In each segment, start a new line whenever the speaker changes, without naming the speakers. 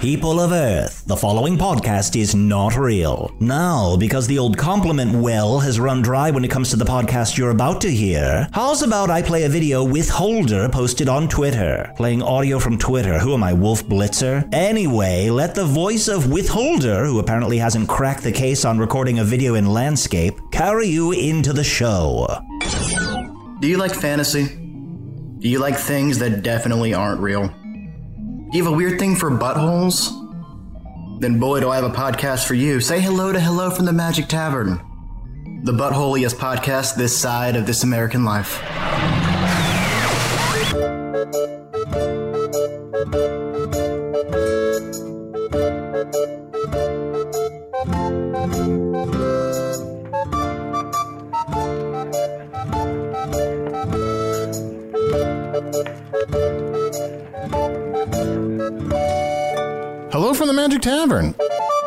People of Earth, the following podcast is not real. Now, because the old compliment well has run dry when it comes to the podcast you're about to hear, how's about I play a video with Holder posted on Twitter? Playing audio from Twitter. Who am I, Wolf Blitzer? Anyway, let the voice of Withholder, who apparently hasn't cracked the case on recording a video in landscape, carry you into the show.
Do you like fantasy? Do you like things that definitely aren't real? Do you have a weird thing for buttholes? Then boy, do I have a podcast for you. Say hello to Hello from the Magic Tavern, the buttholiest podcast this side of this American life.
Hello from the Magic Tavern,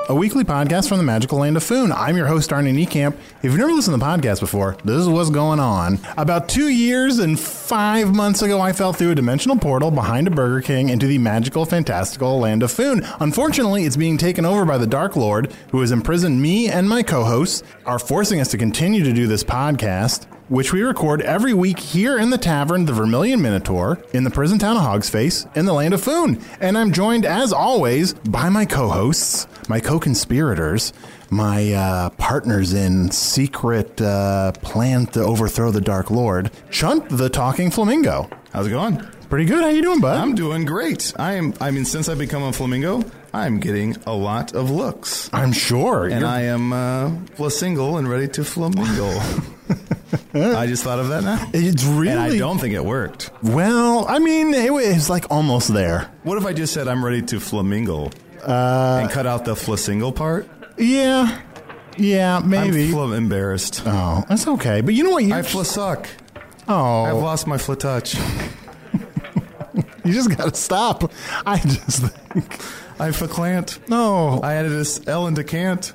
a weekly podcast from the magical land of Foon. I'm your host, Arnie Niekamp. If you've never listened to the podcast before, this is what's going on. About two years and five months ago, I fell through a dimensional portal behind a Burger King into the magical, fantastical land of Foon. Unfortunately, it's being taken over by the Dark Lord, who has imprisoned me and my co hosts, are forcing us to continue to do this podcast which we record every week here in the tavern, the Vermilion Minotaur, in the prison town of Hogsface, in the land of Foon. And I'm joined, as always, by my co hosts, my co conspirators, my uh, partners in secret uh, plan to overthrow the Dark Lord, Chunt the Talking Flamingo.
How's it going?
Pretty good. How you doing, bud?
I'm doing great. I am. I mean, since I've become a flamingo, I'm getting a lot of looks,
I'm sure.
and
You're-
I am uh, single and ready to flamingo. I just thought of that now,
it's really
and I don't think it worked.
well. I mean, it was like almost there. Uh,
What if I just said I'm ready to flamingo and cut out the flasingle part?
Yeah, yeah,
I'm
maybe.
fla- embarrassed.
oh, that's okay. But you know what? You
I flisuck.
oh,
I've lost my flitouch.
You just gotta stop. I just think.
I flacclant.
No.
I added this L into cant.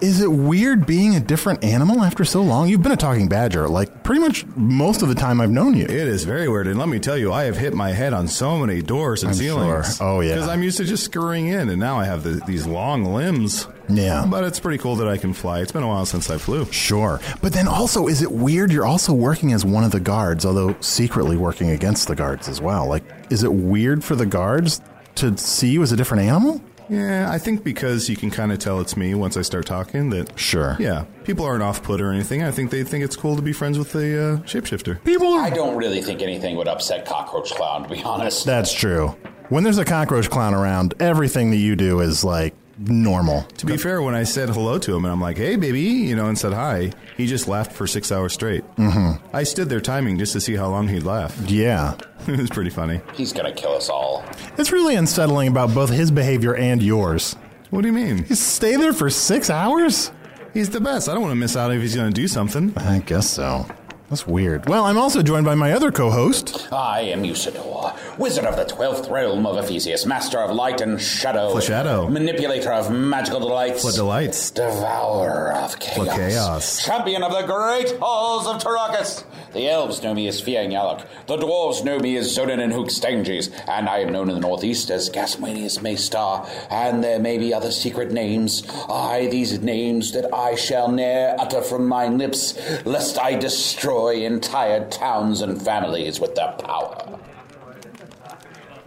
Is it weird being a different animal after so long? You've been a talking badger, like pretty much most of the time I've known you.
It is very weird, and let me tell you, I have hit my head on so many doors and
I'm
ceilings.
sure. Oh, yeah.
because I'm used to just scurrying in, and now I have the, these long limbs.
Yeah.
but it's pretty cool that I can fly. It's been a while since I flew.
Sure. But then also, is it weird you're also working as one of the guards, although secretly working against the guards as well? Like, is it weird for the guards to see you as a different animal?
Yeah, I think because you can kind of tell it's me once I start talking. That
Sure.
yeah, people aren't off put or anything. I think they think it's cool to be friends with the uh, shapeshifter.
People
I don't really think anything would upset Cockroach Clown, to be
Oh.
honest.
That's true. When there's a cockroach clown around, everything that you do is like normal.
To be fair, when I said hello to him and I'm like, "Hey, baby," you know, and said hi, he just laughed for six hours straight. Mm-hmm. I stood there timing just to see how long he'd laugh.
Yeah.
it was pretty funny.
He's gonna kill us all.
It's really unsettling about both his behavior and yours.
What do you mean?
You stay there for six hours?
He's the best. I don't want to miss out if he's going to do something.
I guess so. That's weird. Well, I'm also joined by my other co host.
I am Usador, wizard of the twelfth realm of Ephesius, master of light and shadow,
Foreshadow.
manipulator of magical delights,
What delights.
devourer of chaos,
chaos.
champion of the great halls of Tarakas. The elves know me as Fian Yalak, the dwarves know me as Zonin and Hookstanges, and I am known in the northeast as Gasmanius Maystar, and there may be other secret names, aye, these names that I shall ne'er utter from mine lips, lest I destroy entire towns and families with their power.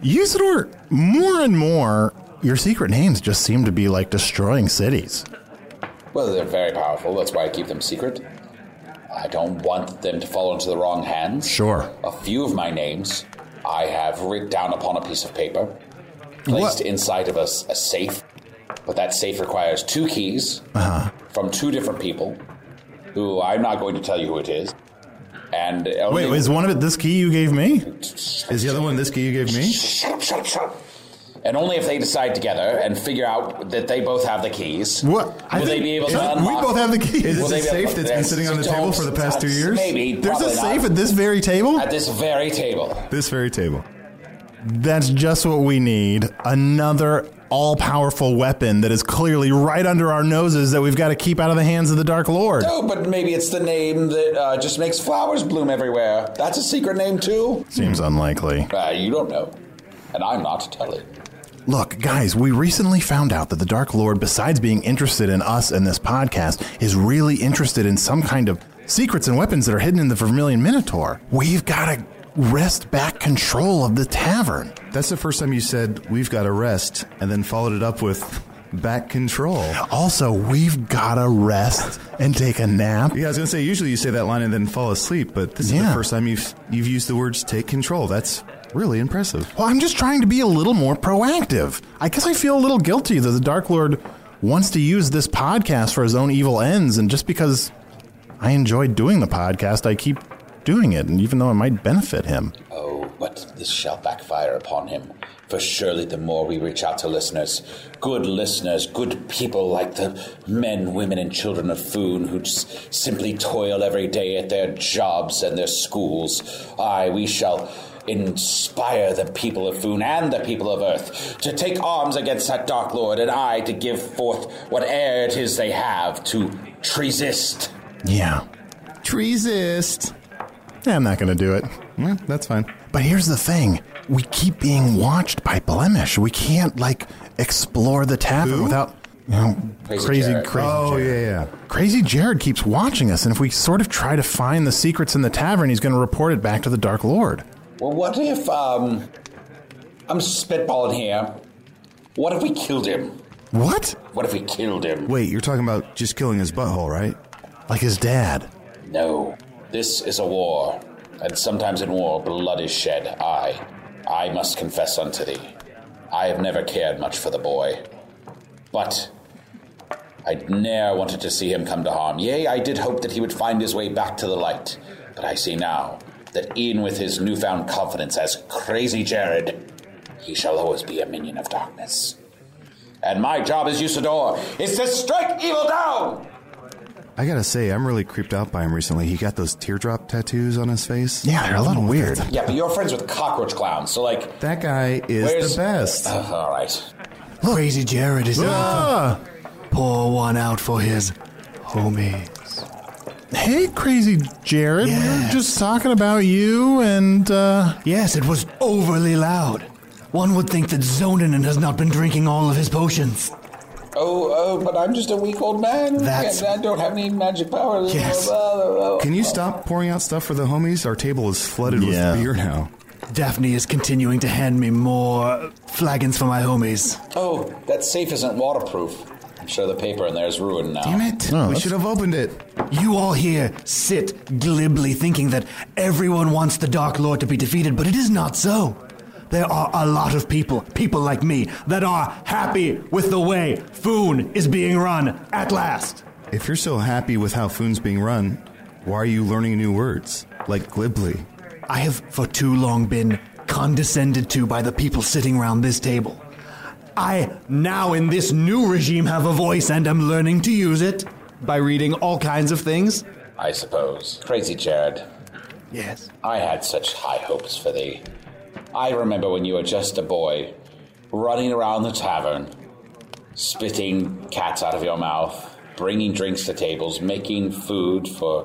Usador, more and more, your secret names just seem to be like destroying cities.
Well, they're very powerful. That's why I keep them secret. I don't want them to fall into the wrong hands.
Sure.
A few of my names I have written down upon a piece of paper, placed
What?
inside of a, s- a safe. But that safe requires two keys
Uh-huh.
from two different people, who I'm not going to tell you who it is. And
Wait,
only-
is one of it this key you gave me?
Is the other one this key you gave me?
shut up, shut up, shut up. And only if they decide together and figure out that they both have the keys.
What? I
Will they
think-
be able to
is it-
unlock?
We both have the key.
Is
Will
this
they
a
be able-
safe that's been sitting on the
Don't-
table for the past two years?
Maybe.
There's a
probably not.
safe at this very table?
at this very table.
This very table.
That's just what we need. Another all powerful weapon that is clearly right under our noses that we've got to keep out of the hands of the Dark Lord.
Oh, but maybe it's the name that uh, just makes flowers bloom everywhere. That's a secret name too.
Seems unlikely.
Uh, you don't know, and I'm not telling.
Look, guys, we recently found out that the Dark Lord, besides being interested in us and this podcast, is really interested in some kind of secrets and weapons that are hidden in the Vermilion Minotaur. We've got to wrest back control of the tavern.
That's the first time you said we've got to rest, and then followed it up with back control.
Also, we've got to rest and take a nap.
Yeah, I was gonna say usually you say that line and then fall asleep, but this is
Yeah.
the first time you've you've used the words take control. That's really impressive.
Well, I'm just trying to be a little more proactive. I guess I feel a little guilty that the Dark Lord wants to use this podcast for his own evil ends, and just because I enjoy doing the podcast, I keep doing it, and even though it might benefit him.
Oh, but this shall backfire upon him. For surely the more we reach out to listeners, good listeners, good people like the men, women, and children of Foon who just simply toil every day at their jobs and their schools, aye, we shall inspire the people of Foon and the people of Earth to take arms against that Dark Lord and aye to give forth whate'er it is they have to resist.
Yeah.
Resist.
Yeah, I'm not going to do it.
Yeah, that's fine.
But here's the thing we keep being watched by Blemish. We can't, like, explore the tavern
Who?
without. You know,
Crazy
crazy,
Jared.
crazy
oh
Jared.
yeah, yeah.
Crazy Jared keeps watching us, and if we sort of try to find the secrets in the tavern, he's going to report it back to the Dark Lord.
Well, what if, um, I'm spitballing here. What if we killed him?
What?
What if we killed him?
Wait, you're talking about just killing his butthole, right?
Like his dad.
No. This is a war, and sometimes in war, blood is shed. Aye. I must confess unto thee. I have never cared much for the boy. But I ne'er wanted to see him come to harm. Yea, I did hope that he would find his way back to the light. But I see now that e'en with his newfound confidence as Crazy Jared, he shall always be a minion of darkness. And my job as Usador is to strike evil down!
I gotta say, I'm really creeped out by him recently. He got those teardrop tattoos on his face.
Yeah, they're a little weird.
Yeah, but you're friends with cockroach clowns, so like,
That guy is
Where's-
the best.
Ugh, all right.
Crazy Jared is out.
Ah,
Pour one out for his homies.
hey, crazy Jared. We were
Yes.
just talking about you, and uh,
Yes, it was overly loud. One would think that Zonin has not been drinking all of his potions.
Oh, oh, but I'm just a weak old man.
That's-
I don't have any magic powers.
Yes.
Can you stop pouring out stuff for the homies? Our table is flooded
Yeah.
with beer now.
Daphne is continuing to hand me more flagons for my homies.
Oh, that safe isn't waterproof. I'm sure the paper in there is ruined now.
Damn it!
Oh,
No,
we
that's-
should have opened it.
You all here sit glibly thinking that everyone wants the Dark Lord to be defeated, but it is not so. There are a lot of people, people like me, that are happy with the way Foon is being run at last.
If you're so happy with how Foon's being run, why are you learning new words like glibly?
I have for too long been condescended to by the people sitting around this table. I now, in this new regime, have a voice and am learning to use it by reading all kinds of things.
I suppose. Crazy Jared,
Yes.
I had such high hopes for thee. I remember when you were just a boy, running around the tavern, spitting cats out of your mouth, bringing drinks to tables, making food for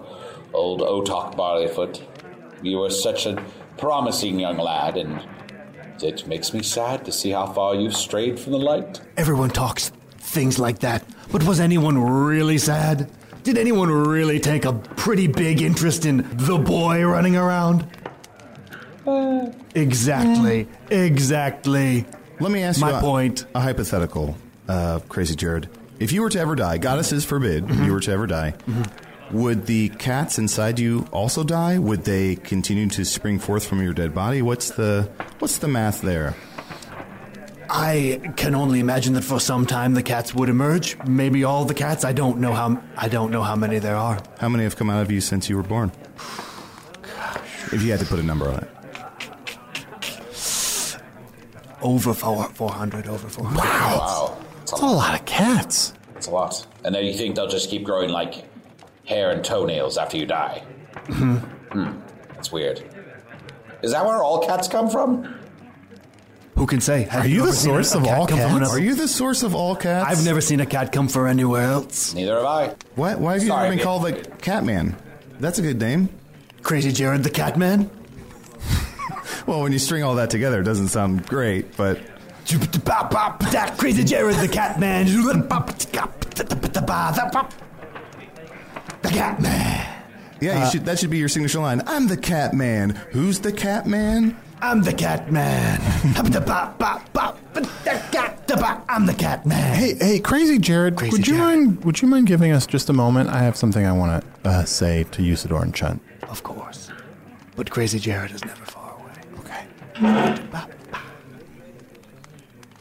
old Otok Barleyfoot. You were such a promising young lad, and it makes me sad to see how far you've strayed from the light.
Everyone talks things like that, but was anyone really sad? Did anyone really take a pretty big interest in the boy running around? exactly. Exactly.
Let me ask
My
you a-
point.
A hypothetical, uh, crazy Jared. If you were to ever die, goddesses forbid, you
Mm-hmm.
were to ever die, would the cats inside you also die? Would they continue to spring forth from your dead body? What's the what's the math there?
I can only imagine that for some time the cats would emerge. Maybe all the cats. I don't know how. I don't know how many there are.
How many have come out of you since you were born? If you had to put a number on it,
Over four, four hundred. Over four hundred.
Wow. It's
That's a lot of cats.
It's a lot. And then you think they'll just keep growing like hair and toenails after you die. hmm. That's weird. Is that where all cats come from?
Who can say? Have
Are you
ever
the
seen a-
source
a
of
cat
all
come from
cats?
another-
are you the source of all cats?
I've never seen a cat come from anywhere else.
Neither have I.
Why, why have you
Sorry,
never been
babe.
called like Catman? That's a good name.
Crazy Jared the Catman.
Well, when you string all that together, it doesn't sound great, but
Bop, bop, that Crazy Jared the Catman. The Catman.
yeah,
Uh,
you should, that should be your signature line. I'm the Catman. Who's the Catman?
I'm the Catman. Bop, bop, bop. The cat- the bop. I'm the Catman.
Hey, hey, crazy Jared.
Crazy
would you
Jared.
mind? Would you mind giving us just a moment? I have something I want to uh, say to Usador and Chunt.
Of course. But Crazy Jared is never far away.
Okay.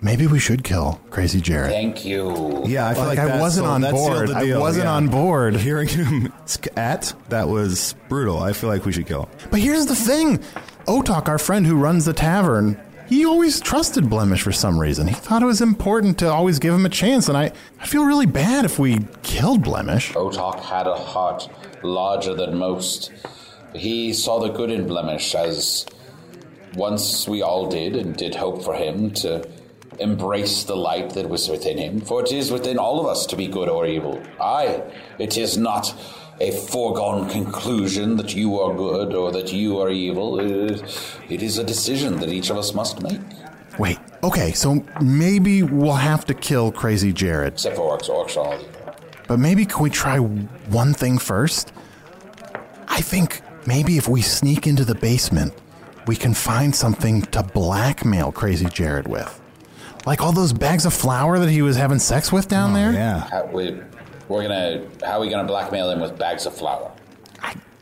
Maybe we should kill Crazy Jared.
Thank you.
Yeah, I feel
Like,
like,
I
that
wasn't
sold-
on
that
board.
sealed the
I
deal,
wasn't on board.
Hearing him sk- at that was brutal. I feel like we should kill him.
But here's the thing Otok, our friend who runs the tavern, he always trusted Blemish for some reason. He thought it was important to always give him a chance, and I, I feel really bad if we killed Blemish.
Otok had a heart larger than most. He saw the good in Blemish as once we all did, and did hope for him to embrace the light that was within him. For it is within all of us to be good or evil. Aye, it is not a foregone conclusion that you are good or that you are evil. It- It is a decision that each of us must make.
Wait, okay, so maybe we'll have to kill Crazy Jared,
Except for Orcs, Orcs are all evil.
but maybe can we try one thing first? I think maybe if we sneak into the basement, we can find something to blackmail Crazy Jared with. Like all those bags of flour that he was having sex with down there?
Yeah.
How, we, we're gonna, how are we going to blackmail him with bags of flour?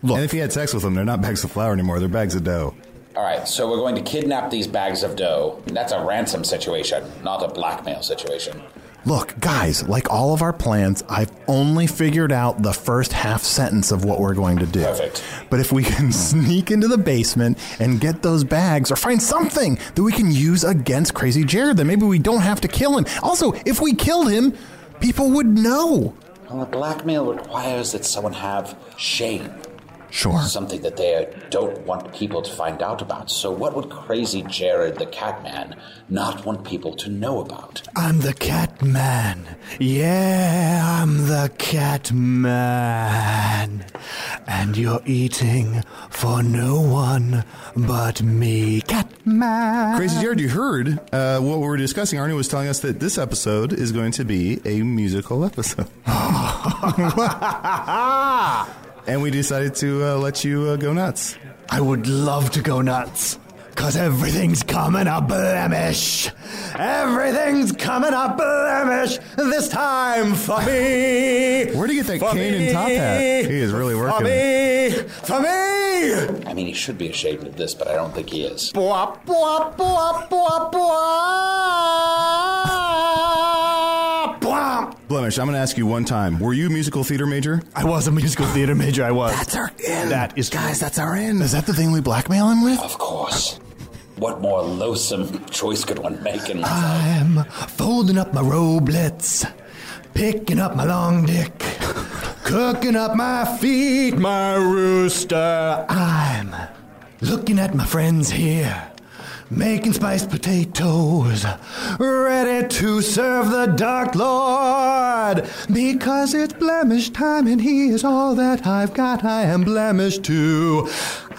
Look,
And if he had sex with them, they're not bags of flour anymore. They're bags of dough.
All right, so we're going to kidnap these bags of dough. That's a ransom situation, not a blackmail situation.
Look, guys, like all of our plans, I've only figured out the first half sentence of what we're going to do.
Perfect.
But if we can sneak into the basement and get those bags or find something that we can use against Crazy Jared, then maybe we don't have to kill him. Also, if we killed him, people would know.
Well, a blackmail requires that someone have shame,
Sure.
something that they don't want people to find out about. So, what would crazy Jared the Catman not want people to know about?
I'm the Catman. Yeah, I'm the Catman. And you're eating for no one but me. Catman.
Crazy Jared, you heard uh, what we were discussing. Arnie was telling us that this episode is going to be a musical episode. and we decided to uh, let you uh, go nuts.
I would love to go nuts. Cause everything's coming up blemish. Everything's coming up blemish this time for me.
Where'd he get that
For
cane and top
me.
hat? He is really
For
working
me. For me.
I mean, he should be ashamed of this, but I don't think he is.
Bwah, bwah, bwah, bwah, bwah. Bwah.
Blemish, I'm going to ask you one time. Were you a musical theater major?
I was a musical theater major. I was.
That's our end.
That is
guys. That's our end. Is that the thing we blackmail him with?
Of course. What more loathsome choice could one make in
Uh,
life?
I'm folding up my roblets, picking up my long dick, cooking up my feet, my rooster. I'm looking at my friends here, Making spiced potatoes, ready to serve the Dark Lord. Because it's blemish time and he is all that I've got, I am blemished too.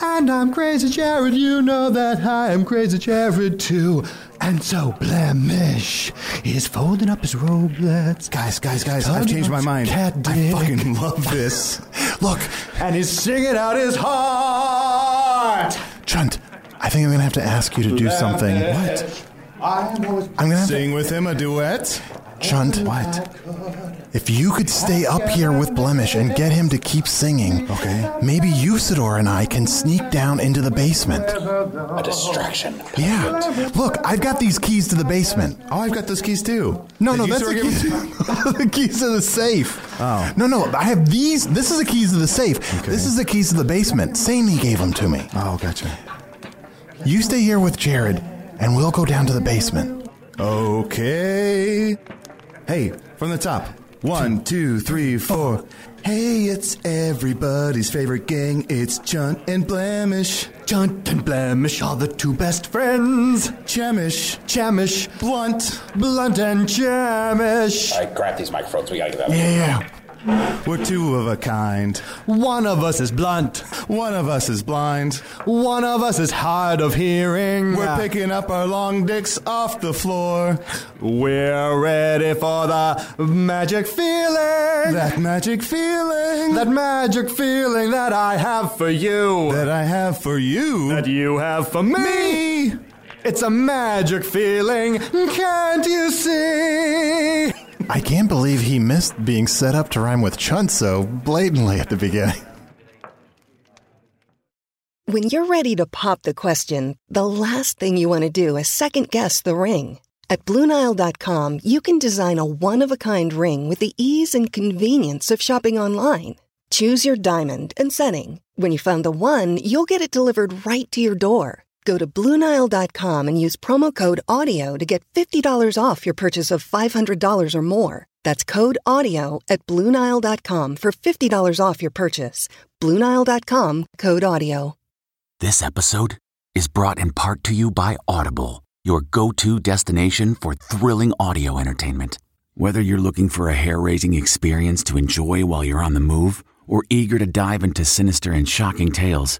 And I'm crazy Jared, you know that I am crazy Jared too. And so blemish is folding up his roblets.
Guys, guys, guys,
Tell
I've
me
changed my
about
mind.
your cat
I
dick.
fucking love this.
Look, and he's singing out his heart.
Chunt, I think I'm gonna have to ask you to do something.
What?
I was
I'm gonna have to,
Sing with him a duet?
Chunt. What? If you could stay up here with Blemish and get him to keep singing, okay? Maybe Usador and I can sneak down into the basement.
A distraction.
Yeah. Look, I've got these keys to the basement.
Oh, I've got those keys too.
No,
Did
no,
you
that's
sort
the
of give
keys,
them to-
the keys to the safe. Oh. No, no, I have these. This is the keys to the safe. This is the keys to the basement. Samey gave them to me.
Oh, gotcha.
You stay here with Jared, and we'll go down to the basement.
Okay. Hey, from the top. One, two, three, four. Hey, it's everybody's favorite gang. It's Chunt and Blemish.
Chunt and Blemish are the two best friends.
Chemish.
Chamish,
Blunt.
Blunt and Chamish.
All right, grab these microphones. We gotta get out.
Yeah.
We're two of a kind.
One of us is blunt.
One of us is blind.
One of us is hard of hearing.
We're picking up our long dicks off the floor.
We're ready for the magic feeling.
That magic feeling
That magic feeling that I have for you.
that I have for you.
that you have for me. It's a magic feeling. Can't you see?
I can't believe he missed being set up to rhyme with Chunt so blatantly at the beginning.
When you're ready to pop the question, the last thing you want to do is second guess the ring. At Bluenile.com, you can design a one of a kind ring with the ease and convenience of shopping online. Choose your diamond and setting. When you find the one, you'll get it delivered right to your door. Go to Bluenile.com and use promo code AUDIO to get $50 off your purchase of $500 or more. That's code AUDIO at Bluenile.com for $50 off your purchase. Bluenile.com code AUDIO.
This episode is brought in part to you by Audible, your go to destination for thrilling audio entertainment. Whether you're looking for a hair raising experience to enjoy while you're on the move or eager to dive into sinister and shocking tales,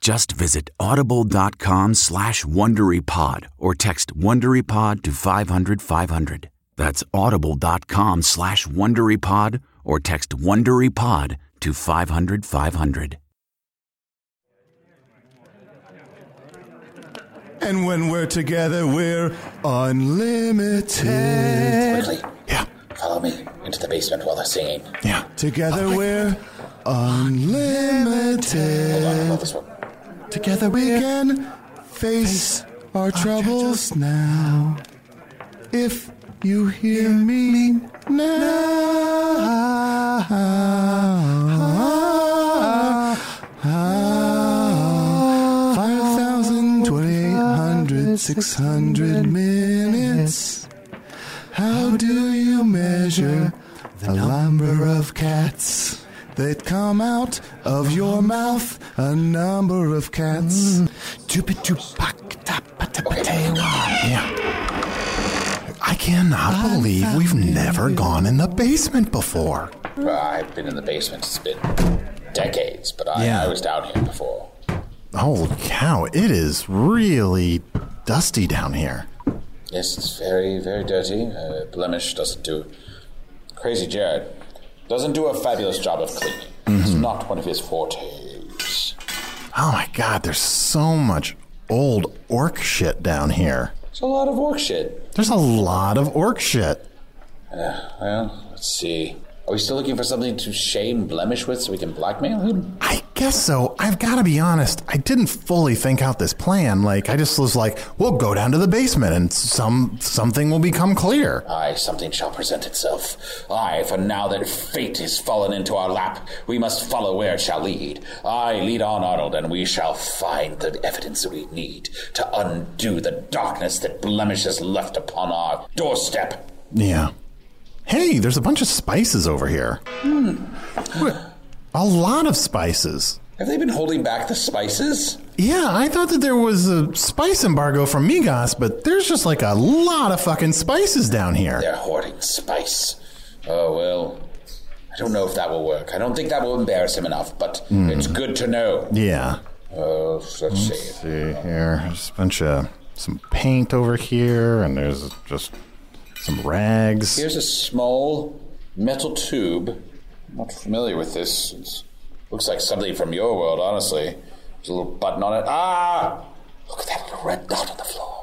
Just visit audible.com slash WonderyPod or text WonderyPod to 500 500. That's audible.com slash WonderyPod or text WonderyPod to 500 500.
And when we're together, we're unlimited.
Quickly. Yeah. Follow me into the basement while they're singing.
Yeah.
Together, we're unlimited.
Hold on, hold this one.
Together we can face, our troubles now. If you hear me, now. Five thousand twenty-eight hundred six hundred minutes. How do you measure the number of cats that come out of your mouth? A number of cats.
Yeah. I cannot believe we've never gone in the basement before.
Uh, I've been in the basement. It's been decades, but I,
Yeah.
I was down here before.
Holy cow, it is really dusty down here.
Yes, it's very, very dirty. Uh, blemish doesn't do. Crazy Jared doesn't do a fabulous job of cleaning. It's not one of his fortes.
Oh my god, there's so much old orc shit down here.
It's a lot of work shit. Uh,
There's a lot of orc shit.
Well, let's see. Are we still looking for something to shame Blemish with so we can blackmail him?
Guess so. I've got to be honest. I didn't fully think out this plan. Like I just was like, we'll go down to the basement and some something will become clear.
Aye, something shall present itself. Aye, for now that fate is fallen into our lap, we must follow where it shall lead. Aye, lead on, Arnold, and we shall find the evidence that we need to undo the darkness that Blemish has left upon our doorstep.
Yeah. Hey, there's a bunch of spices over here.
Hmm.
A lot of spices.
Have they been holding back the spices?
Yeah, I thought that there was a spice embargo from Migos, but there's just like a lot of fucking spices down here.
They're hoarding spice. Oh, well. I don't know if that will work. I don't think that will embarrass him enough, but
Hmm.
it's good to know.
Yeah. Hmm.
Oh, let's see.
Let's see here. There's a bunch of some paint over here, and there's just some rags.
Here's a small metal tube. I'm not familiar with this. It looks like something from your world, honestly. There's a little button on it. Ah! Look at that little red dot on the floor.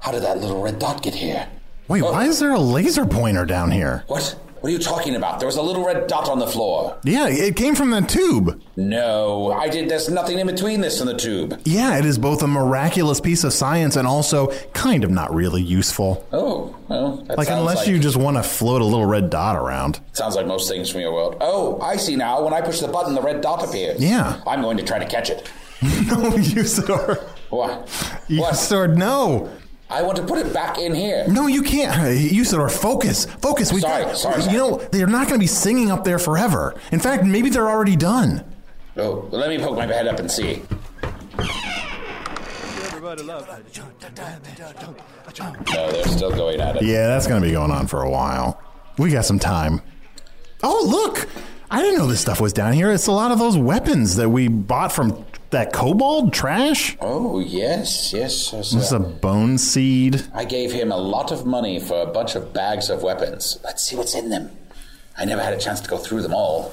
How did that little red dot get here?
Wait, why is there a laser pointer down here?
Oh. What? What are you talking about? There was a little red dot on the floor.
Yeah, it came from the tube.
No, I did. There's nothing in between this and the tube.
Yeah, it is both a miraculous piece of science and also kind of not really useful.
Oh, well, that
like
sounds
unless
like,
you just want to float a little red dot around.
sounds like most things from your world. Oh, I see now. When I push the button, the red dot appears.
Yeah.
I'm going to try to catch it.
no, Usador.
What?
Usador, no.
I want to put it back in here.
No, you can't. Usador, focus. Focus. We
Sorry,
got,
sorry, sorry.
You know, they're not going to be singing up there forever. In fact, maybe they're already done.
Oh, let me poke my head up and see. No, they're still going at it.
Yeah, that's going to be going on for a while. We got some time. Oh, look! I didn't know this stuff was down here. It's a lot of those weapons that we bought from that kobold trash.
Oh, yes, yes. yes,
This is a bone seed.
I gave him a lot of money for a bunch of bags of weapons. Let's see what's in them. I never had a chance to go through them all.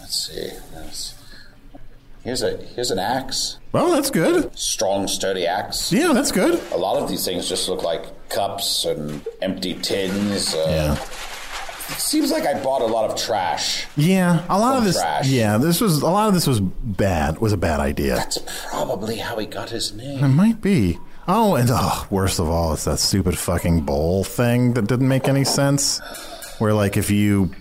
Let's see. Let's- Here's a here's an axe.
Well, that's good.
Strong, sturdy axe.
Yeah, that's good.
A lot of these things just look like cups and empty tins. Uh, Seems like I bought a lot of trash.
Yeah, a lot
Some
of this.
trash.
Yeah, this was a lot of this was bad. Was a bad idea.
That's probably how he got his name.
it might be. Oh, and oh, worst of all, it's that stupid fucking bowl thing that didn't make any sense. Where like if you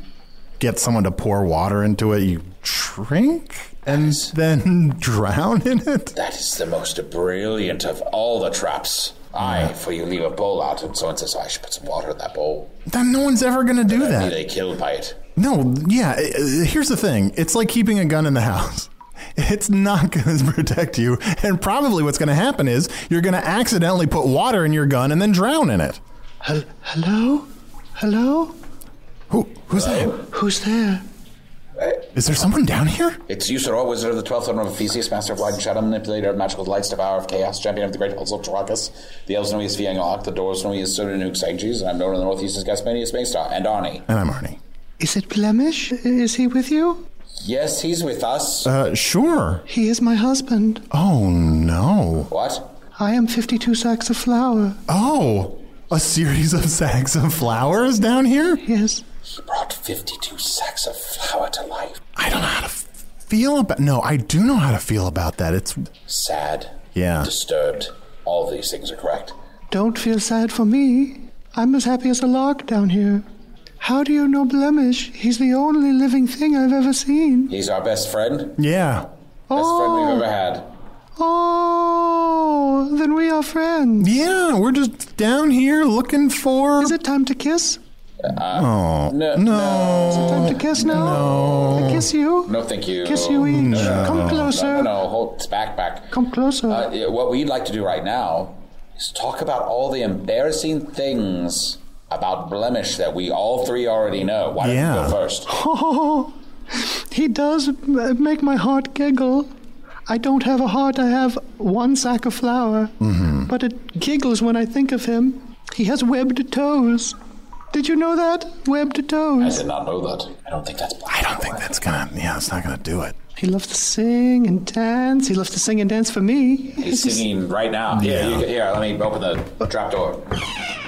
get someone to pour water into it, you shrink and then drown in it.
That is the most brilliant of all the traps. Aye, for you leave a bowl out and someone says, I should put some water in that bowl.
Then no one's ever gonna do
Be
that.
they killed by it.
No, yeah. uh, uh, Here's the thing. It's like keeping a gun in the house. It's not going to protect you, and probably what's going to happen is you're going to accidentally put water in your gun and then drown in it.
Hel- hello? Hello?
Who? Who's
there?
Who's there?
Is there someone down here?
It's Usador, Wizard of the Twelfth Order of Ephesius, Master of Light and Shadow, Manipulator of Magical Lights, Devourer of Chaos, Champion of the Great Puzzle, Drakus. The Elves know he is Fiangalok, the Doors know he is Soda Nuke Sanctuaries, and I'm known in the Northeast as Gaspania Space Star, and Arnie.
And I'm Arnie.
Is it Blemish? Is he with you?
Yes, he's with us.
Uh, sure.
He is my husband.
Oh no.
What?
I am 52 sacks of flour.
Oh, a series of sacks of flowers down here.
Yes.
He brought 52 sacks of flour to life.
I don't know how to f- feel about. No, I do know how to feel about that. It's
Sad.
Yeah.
Disturbed. All these things are correct.
Don't feel sad for me. I'm as happy as a lark down here. How do you know Blemish? He's the only living thing I've ever seen.
He's our best friend.
yeah.
Best friend we've ever had.
Oh, then we are friends.
Yeah, we're just down here looking for.
Is it time to kiss?
oh
Uh, no,
Is it time to kiss now? I kiss you.
No, thank you.
Kiss you each.
No, no,
Come
no, no,
closer.
No, no, hold back, back.
Come closer.
Uh, yeah, what we'd like to do right now is talk about all the embarrassing things about blemish that we all three already know. Why don't
Yeah.
you go first?
Oh, he does m- make my heart giggle. I don't have a heart, I have one sack of flour.
Mm-hmm.
But it giggles when I think of him. He has webbed toes. Did you know that? Webbed
I
toes.
did not know that. I don't think that's.
I don't think that's gonna. Yeah, it's not gonna do it.
He loves to sing and dance. He loves to sing and dance for me.
He's singing right now. Here,
Yeah.
you, here, let me open the trap door.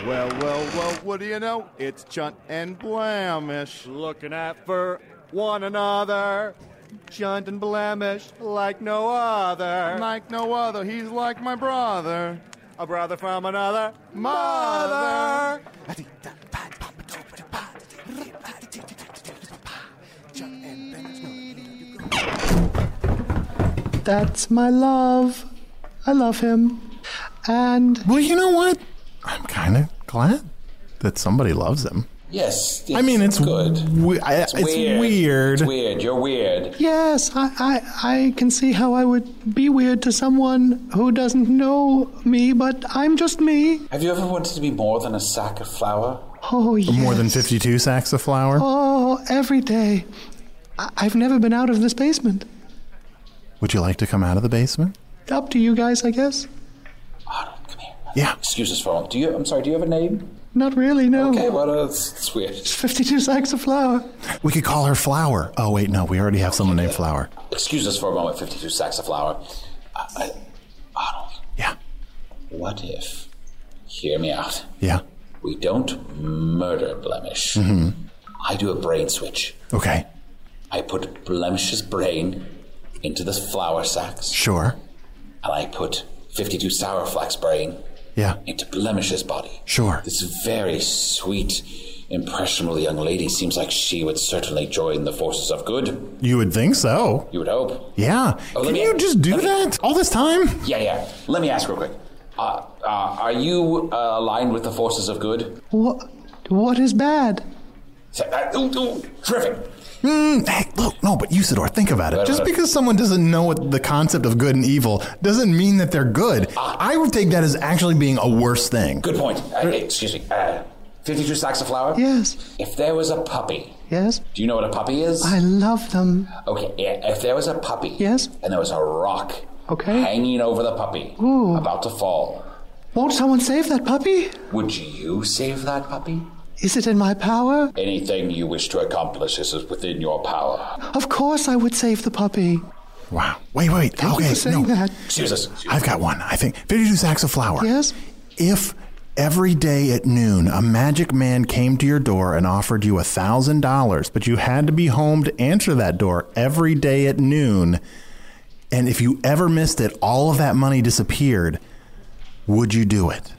Well, well, well, what do you know? It's Chunt and Blamish.
Looking at for one another. Chunt and Blemish like no other.
Like no other, he's like my brother.
A brother from another
mother.
That's my love. I love him. And.
Well, you know what? I'm kind of glad that somebody loves him.
Yes.
I mean, it's
good.
We- I- it's weird.
It's weird. You're weird.
Yes, I, I, I can see how I would be weird to someone who doesn't know me, but I'm just me.
Have you ever wanted to be more than a sack of flour?
Oh, yes.
More than 52 sacks of flour.
Oh, every day. I, I've never been out of this basement.
Would you like to come out of the basement?
Up to you guys, I guess.
Yeah.
Excuse us for a moment. Do you? I'm sorry. Do you have a name?
Not really, no.
Okay. Well, uh, it's, it's weird.
52 sacks of flour.
We could call her Flower. Oh, wait, no, we already have someone named Flower.
Excuse us for a moment. Fifty-two sacks of flour. I, I, Arnold. Yeah. What if? Hear me out.
Yeah.
We don't murder Blemish. I do a brain switch.
Mm-hmm. Okay,
I put Blemish's brain into the flour sacks,
sure.
and I put 52 Sourflax brain
Yeah,
into Blemish's body.
sure.
This very sweet, impressionable young lady seems like she would certainly join the forces of good.
You would think so.
You would hope.
Yeah.
Oh, let
Can
me-
you just do that all this time?
Yeah, yeah. Let me ask real quick. Uh, uh, are you uh, aligned with the forces of good?
What, what is bad?
So- uh, ooh, ooh, terrific.
Mm, hey, look, no, but Usador, think about it.
Right,
Just
right.
because someone doesn't know what the concept of good and evil doesn't mean that they're good.
Ah.
I would take that as actually being a worse thing.
Good point. Uh, excuse me. Uh, 52 sacks of flour?
Yes,
If there was a puppy,
yes.
do you know what a puppy is?
I love them.
Okay, yeah, if there was a puppy.
Yes?
And there was a rock
Okay.
hanging over the puppy,
Ooh.
about to fall,
Won't someone save that puppy?
would you save that puppy?
Is it in my power?
Anything you wish to accomplish is within your power.
Of course I would save the puppy.
Wow. Wait, wait.
Thank
okay,
you for saying
no.
that.
Excuse us.
I've got one, I think. 52 sacks of flour.
Yes?
If every day at noon a magic man came to your door and offered you a thousand dollars, but you had to be home to answer that door every day at noon, and if you ever missed it, all of that money disappeared, would you do it?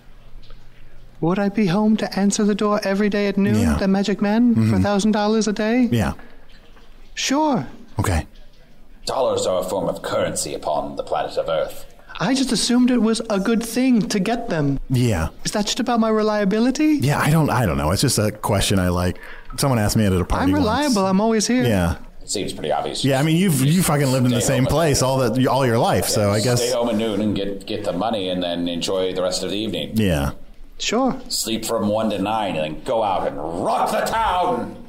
Would I be home to answer the door every day at noon,
Yeah. Mm-hmm.
the magic man, for $1,000 a day?
Yeah.
Sure.
Okay.
Dollars are a form of currency upon the planet of Earth.
I just assumed it was a good thing to get them.
Yeah.
Is that just about my reliability?
Yeah, I don't I don't know. It's just a question I like. Someone asked me at a party.
I'm
once.
reliable. I'm always here.
Yeah.
It seems pretty obvious.
Yeah, I mean you've you fucking lived in the
Stay
same
home.
place all that all your life, so I
Stay
guess
home at noon and get, get the money and then enjoy the rest of the evening.
yeah.
Sure.
Sleep from 1 to 9 and then go out and rock the town!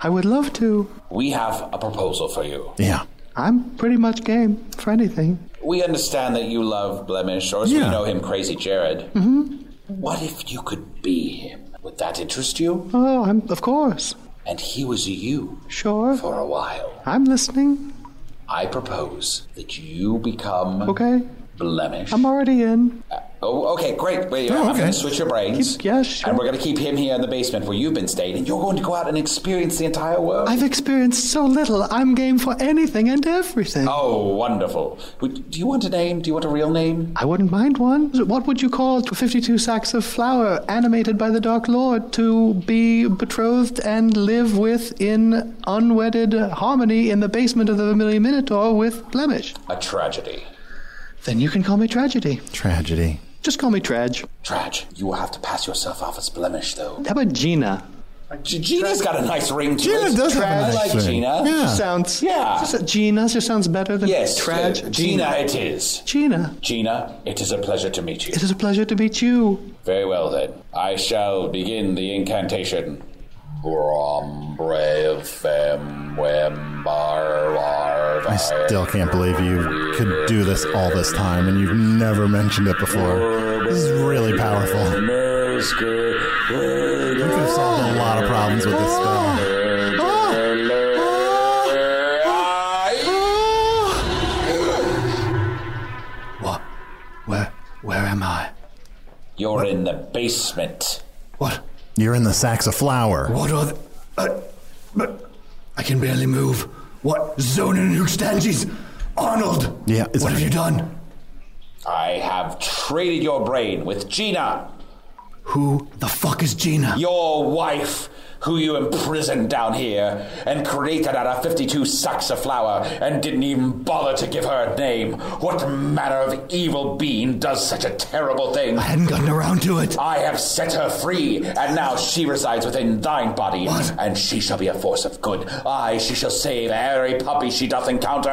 I would love to.
We have a proposal for you.
Yeah.
I'm pretty much game for anything.
We understand that you love Blemish, or as
Yeah.
we know him, Crazy Jared. Mm-hmm. What if you could be him? Would that interest you?
Oh, I'm, of course.
And he was you
Sure.
for a while.
I'm listening.
I propose that you become
Okay.
Blemish.
I'm already in.
oh, okay, great. Wait,
Oh,
I'm
okay.
going to switch your brains.
Keep- yeah, sure.
And we're going to keep him here in the basement where you've been staying, and you're going to go out and experience the entire world.
I've experienced so little. I'm game for anything and everything.
Oh, wonderful. Would- Do you want a name? Do you want a real name?
I wouldn't mind one. What would you call 52 sacks of flour animated by the Dark Lord to be betrothed and live with in unwedded harmony in the basement of the Vermilion Minotaur with Blemish?
A tragedy.
Then you can call me Tragedy.
Tragedy.
Just call me Trag.
Tragedy. You will have to pass yourself off as Blemish, though.
How about Gina?
G- Gina's got a nice ring to it.
Gina does have a
I
nice
like
ring.
Gina.
Yeah.
Sounds.
Yeah.
Just, Gina just sounds better than
Yes,
Trag.
uh, Gina, it is.
Gina,
Gina, it is a pleasure to meet you.
it is a pleasure to meet you.
Very well, then. I shall begin the incantation.
I
I
still can't believe you could do this all this time and you've never mentioned it before. This is really powerful. You could have solved a lot of problems with this spell.
Oh. What? Where? Where am I?
You're in the basement.
You're in the sacks of flour.
What are? The, uh, but I can barely move. What? Zonin Huxtanges? Arnold.
Yeah.
What have you done?
I have traded your brain with Gina.
Who the fuck is Gina?
Your wife, who you imprisoned down here and created out of 52 sacks of flour and didn't even bother to give her a name. What manner of evil being does such a terrible thing? I
hadn't gotten around to it.
I have set her free, and now she resides within thine body, and she shall be a force of good. Aye, she shall save every puppy she doth encounter,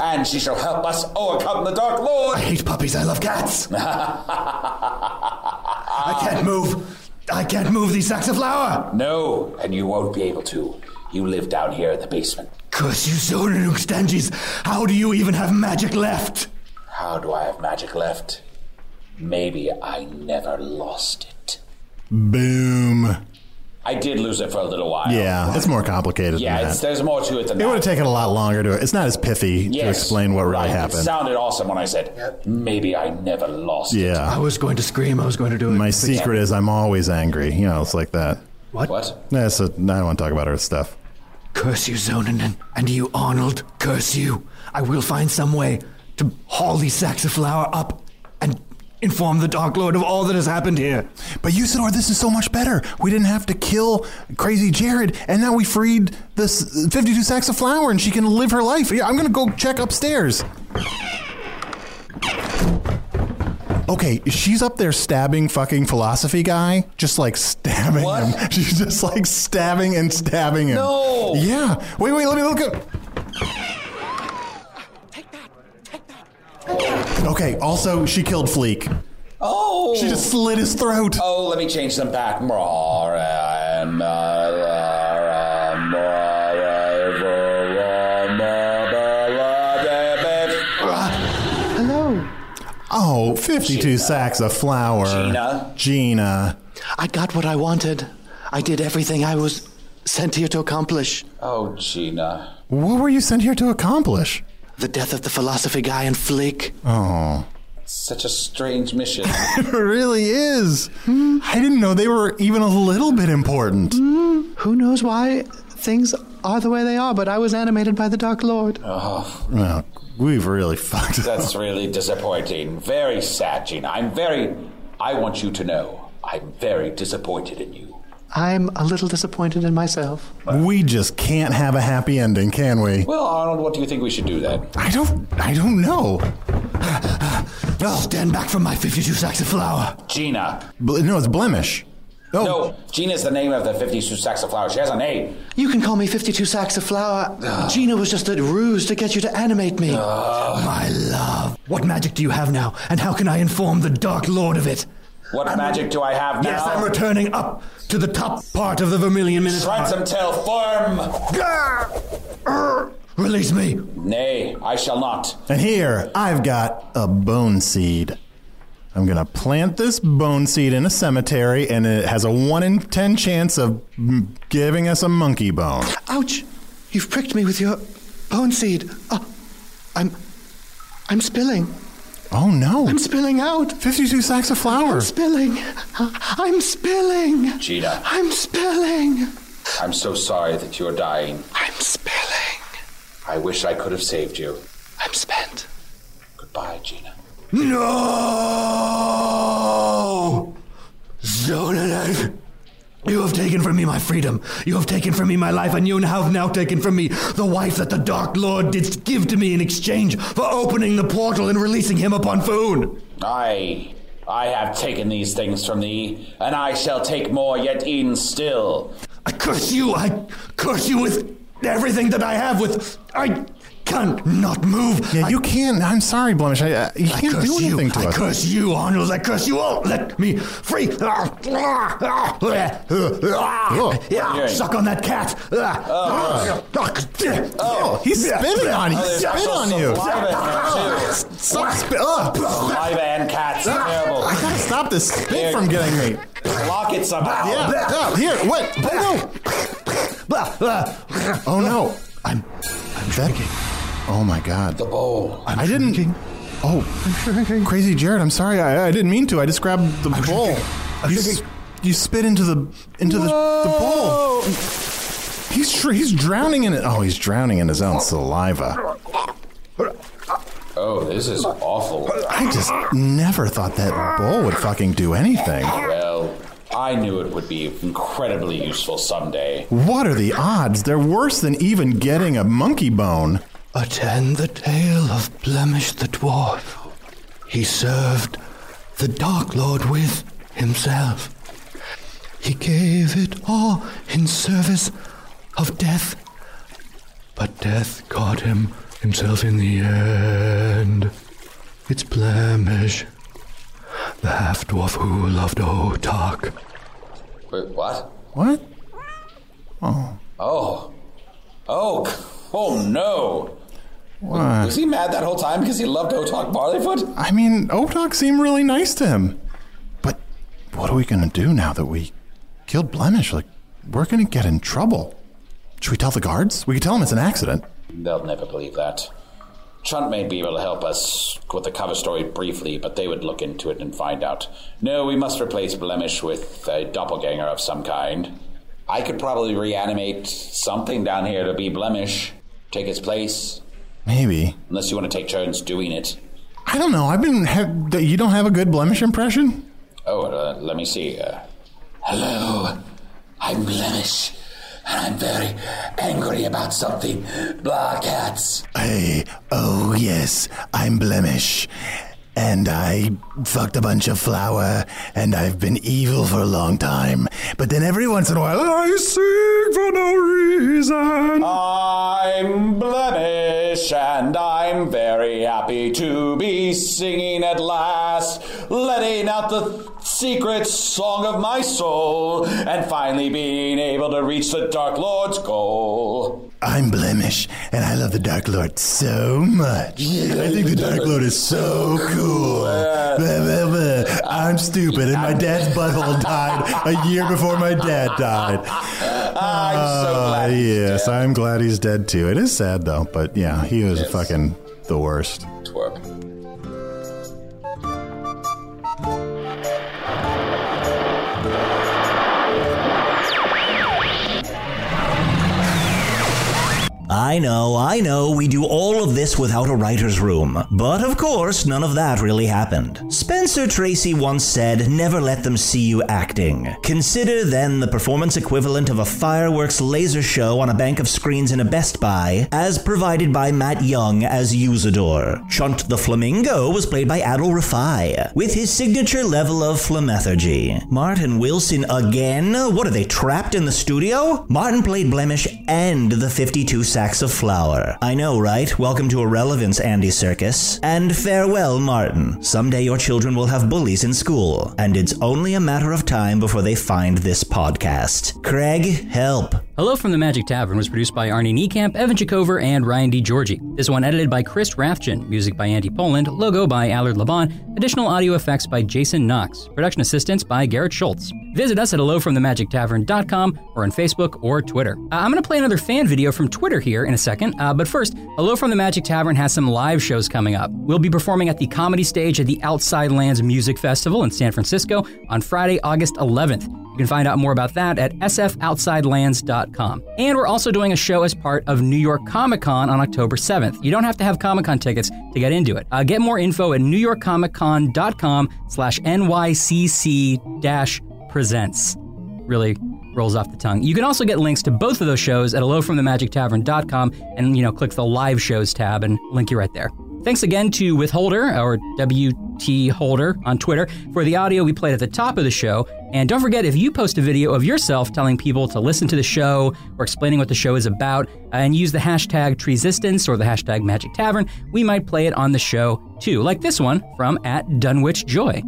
and she shall help us overcome the Dark Lord. I
hate puppies, I love cats. I can't move. I can't move these sacks of flour.
No, and you won't be able to. You live down here in the basement.
Curse you, Zorinuk Stanges! How do you even have magic left?
How do I have magic left? Maybe I never lost it.
Boom.
I did lose it for a little while.
Yeah, it's more complicated
Yeah,
than
it's,
that.
there's more to it than
It would
that.
have taken a lot longer to. It's not as pithy to
Yes,
explain what really
Right, It
happened.
sounded awesome when I said, maybe I never lost it.
Yeah. I
was going to scream. I was going to do it.
My secret is I'm always angry. You know, it's like that.
What?
What?
Yeah, so I don't want to talk about her stuff.
Curse you, Zonin, and you, Arnold. Curse you. I will find some way to haul these sacks of flour up and inform the Dark Lord of all that has happened here.
But Usador, this is so much better. We didn't have to kill crazy Jared, and now we freed this 52 sacks of flour, and she can live her life. Yeah, I'm gonna go check upstairs. Okay, she's up there stabbing fucking philosophy guy, just like stabbing him. She's just like stabbing and stabbing him. No. Yeah. Wait, wait. Let me look up. Okay. Also, she killed Fleek.
Oh!
She just slit his throat.
Oh, let me change them back. Hello.
Oh, 52 sacks of flour.
Gina.
Gina.
I got what I wanted. I did everything I was sent here to accomplish.
Oh, Gina.
What were you sent here to accomplish?
The death of the philosophy guy and Flake.
Oh.
Such a strange mission.
It really is.
Hmm.
I didn't know they were even a little bit important.
Who knows why things are the way they are, but I was animated by the Dark Lord.
Oh,
Well, we've really fucked up.
that's really disappointing. Very sad, Gina. I'm very. I want you to know. I'm very disappointed in you.
I'm a little disappointed in myself.
We just can't have a happy ending, can we?
Well, Arnold, what do you think we should do then?
I don't I don't know.
I'll stand back from my 52 sacks of flour.
Gina.
Ble- no, it's blemish. Oh.
No, Gina's the name of the 52 sacks of flour. She has a name.
You can call me 52 sacks of flour. Gina was just a ruse to get you to animate me.
Ah.
My love, what magic do you have now, and how can I inform the Dark Lord of it?
What magic do I have now?
Yes, I'm returning up to the top part of the Vermilion Minotaur.
Ransom till form.
Release me.
Nay, I shall not.
And here, I've got a bone seed. I'm going to plant this bone seed in a cemetery, and it has a 1 in 10 chance of mm, giving us a monkey bone.
Ouch! You've pricked me with your bone seed. Ah, I'm. I'm spilling.
Oh no.
I'm spilling out.
52 sacks of flour.
I'm spilling. I'm spilling.
Gina,
I'm spilling.
I'm so sorry that you are dying.
I'm spilling.
I wish I could have saved you.
I'm spent.
Goodbye, Gina.
No! Zonanen! You have taken from me my freedom. You have taken from me my life, and you have now taken from me the wife that the Dark Lord didst give to me in exchange for opening the portal and releasing him upon Foon.
I, I have taken these things from thee, and I shall take more yet e'en still.
I curse you. I curse you with everything that I have. With I can not move.
Yeah,
I-
you can't. I'm sorry, Blemish. I, I, you
I
can't
curse
do anything
you.
to
I
us.
curse you, Arnold. I curse you all. Let me free.
Yay.
Suck on that cat. Oh,
he's spitting on you.
Oh, there's
He
also
spit on you.
saliva in there, too.
Stop spit. Ugh.
Saliva and cats, terrible.
I gotta stop this spit
Here.
from getting me.
Lock it somehow.
Yeah, yeah, here, what? Oh no. Oh no. I'm, I'm drinking. Oh my god.
The bowl.
I didn't. Oh, crazy Jared! I'm sorry, I, I didn't mean to. I just grabbed the bowl. You, s- you spit into the into the, the bowl. He's tr- he's drowning in it. Oh, he's drowning in his own saliva.
Oh, this is awful.
I just never thought that bowl would fucking do anything.
Well, I knew it would be incredibly useful someday.
What are the odds? They're worse than even getting a monkey bone.
Attend the tale of Blemish the Dwarf. He served the Dark Lord with himself. He gave it all in service of death. But death caught him himself in the end. It's Blemish, the half dwarf who loved Otak.
Wait, what?
What?
Oh. Oh. c- Oh no.
What?
Was he mad that whole time because he loved Otak Barleyfoot?
I mean, Otok seemed really nice to him. But what are we going to do now that we killed Blemish? Like, we're going to get in trouble. Should we tell the guards? We could tell them it's an accident.
They'll never believe that. Chunt may be able to help us with the cover story briefly, but they would look into it and find out. No, we must replace Blemish with a doppelganger of some kind. I could probably reanimate something down here to be Blemish, take his place,
Maybe.
unless you want to take turns doing it.
I don't know. I've been. Have, you don't have a good Blemish impression?
Oh, uh, let me see. Uh, hello, I'm Blemish, and I'm very angry about something. Blah, cats.
Hey, oh yes, I'm Blemish. And I fucked a bunch of flour, and I've been evil for a long time. But then every once in a while, I sing for no reason.
I'm Blemish, and I'm very happy to be singing at last, letting out the secret song of my soul, and finally being able to reach the Dark Lord's goal.
I'm Blemish, and I love the Dark Lord so much. I think the Dark Lord is so cool. Blah, blah, blah. I'm stupid, and my dad's butthole died a year before my dad died.
I'm so glad.
Uh, yes, I'm glad he's dead too. It is sad though, but yeah, he was fucking the worst.
Twerp.
I know, I know, we do all of this without a writer's room. But of course, none of that really happened. Spencer Tracy once said, Never let them see you acting. Consider then the performance equivalent of a fireworks laser show on a bank of screens in a Best Buy, as provided by Matt Young as Usador. Chunt the Flamingo was played by Adol Rafai, with his signature level of flamethurgy. Martin Wilson again? What are they, trapped in the studio? Martin played Blemish and the 52 sacks of flour. I know, right? Welcome to Irrelevance, Andy Circus. And farewell, Martin. Someday your children will have bullies in school, and it's only a matter of time before they find this podcast. Craig, help.
Hello from the Magic Tavern was produced by Arnie Niekamp, Evan Jacover, and Ryan D. Georgie. This one edited by Chris Rathjen, music by Andy Poland, logo by Allard Laban, additional audio effects by Jason Knox, production assistance by Garrett Schultz. Visit us at hellofromthemagictavern.com or on Facebook or Twitter. Uh, I'm going to play another fan video from Twitter here in a second, uh, but first, Hello from the Magic Tavern has some live shows coming up. We'll be performing at the comedy stage at the Outside Lands Music Festival in San Francisco on Friday, August 11th. You can find out more about that at sfoutitsidelands.com. And we're also doing a show as part of New York Comic Con on October 7th. You don't have to have Comic Con tickets to get into it. Uh, get more info at newyorkcomiccon.com slash NYCC dash presents. Really rolls off the tongue. You can also get links to both of those shows at hellofromthemagictavern.com and, you know, click the live shows tab and link you right there. Thanks again to Withholder or WT Holder on Twitter for the audio we played at the top of the show. And don't forget, if you post a video of yourself telling people to listen to the show or explaining what the show is about uh, and use the hashtag Treesistance or the hashtag Magic Tavern, we might play it on the show too, like this one from at Dunwich Joy.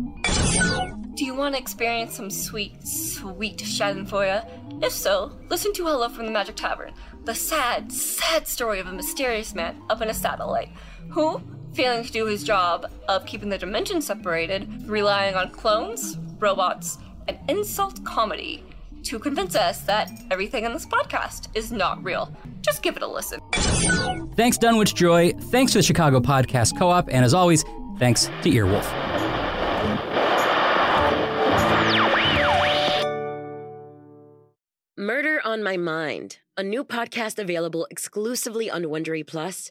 Do you want to experience some sweet, sweet Schadenfreude? If so, listen to Hello from the Magic Tavern, the sad, sad story of a mysterious man up in a satellite who, failing to do his job of keeping the dimensions separated, relying on clones, robots, and insult comedy to convince us that everything in this podcast is not real. Just give it a listen.
Thanks, Dunwich Joy. Thanks to the Chicago Podcast Co op. And as always, Thanks to Earwolf.
Murder on My Mind, a new podcast available exclusively on Wondery Plus,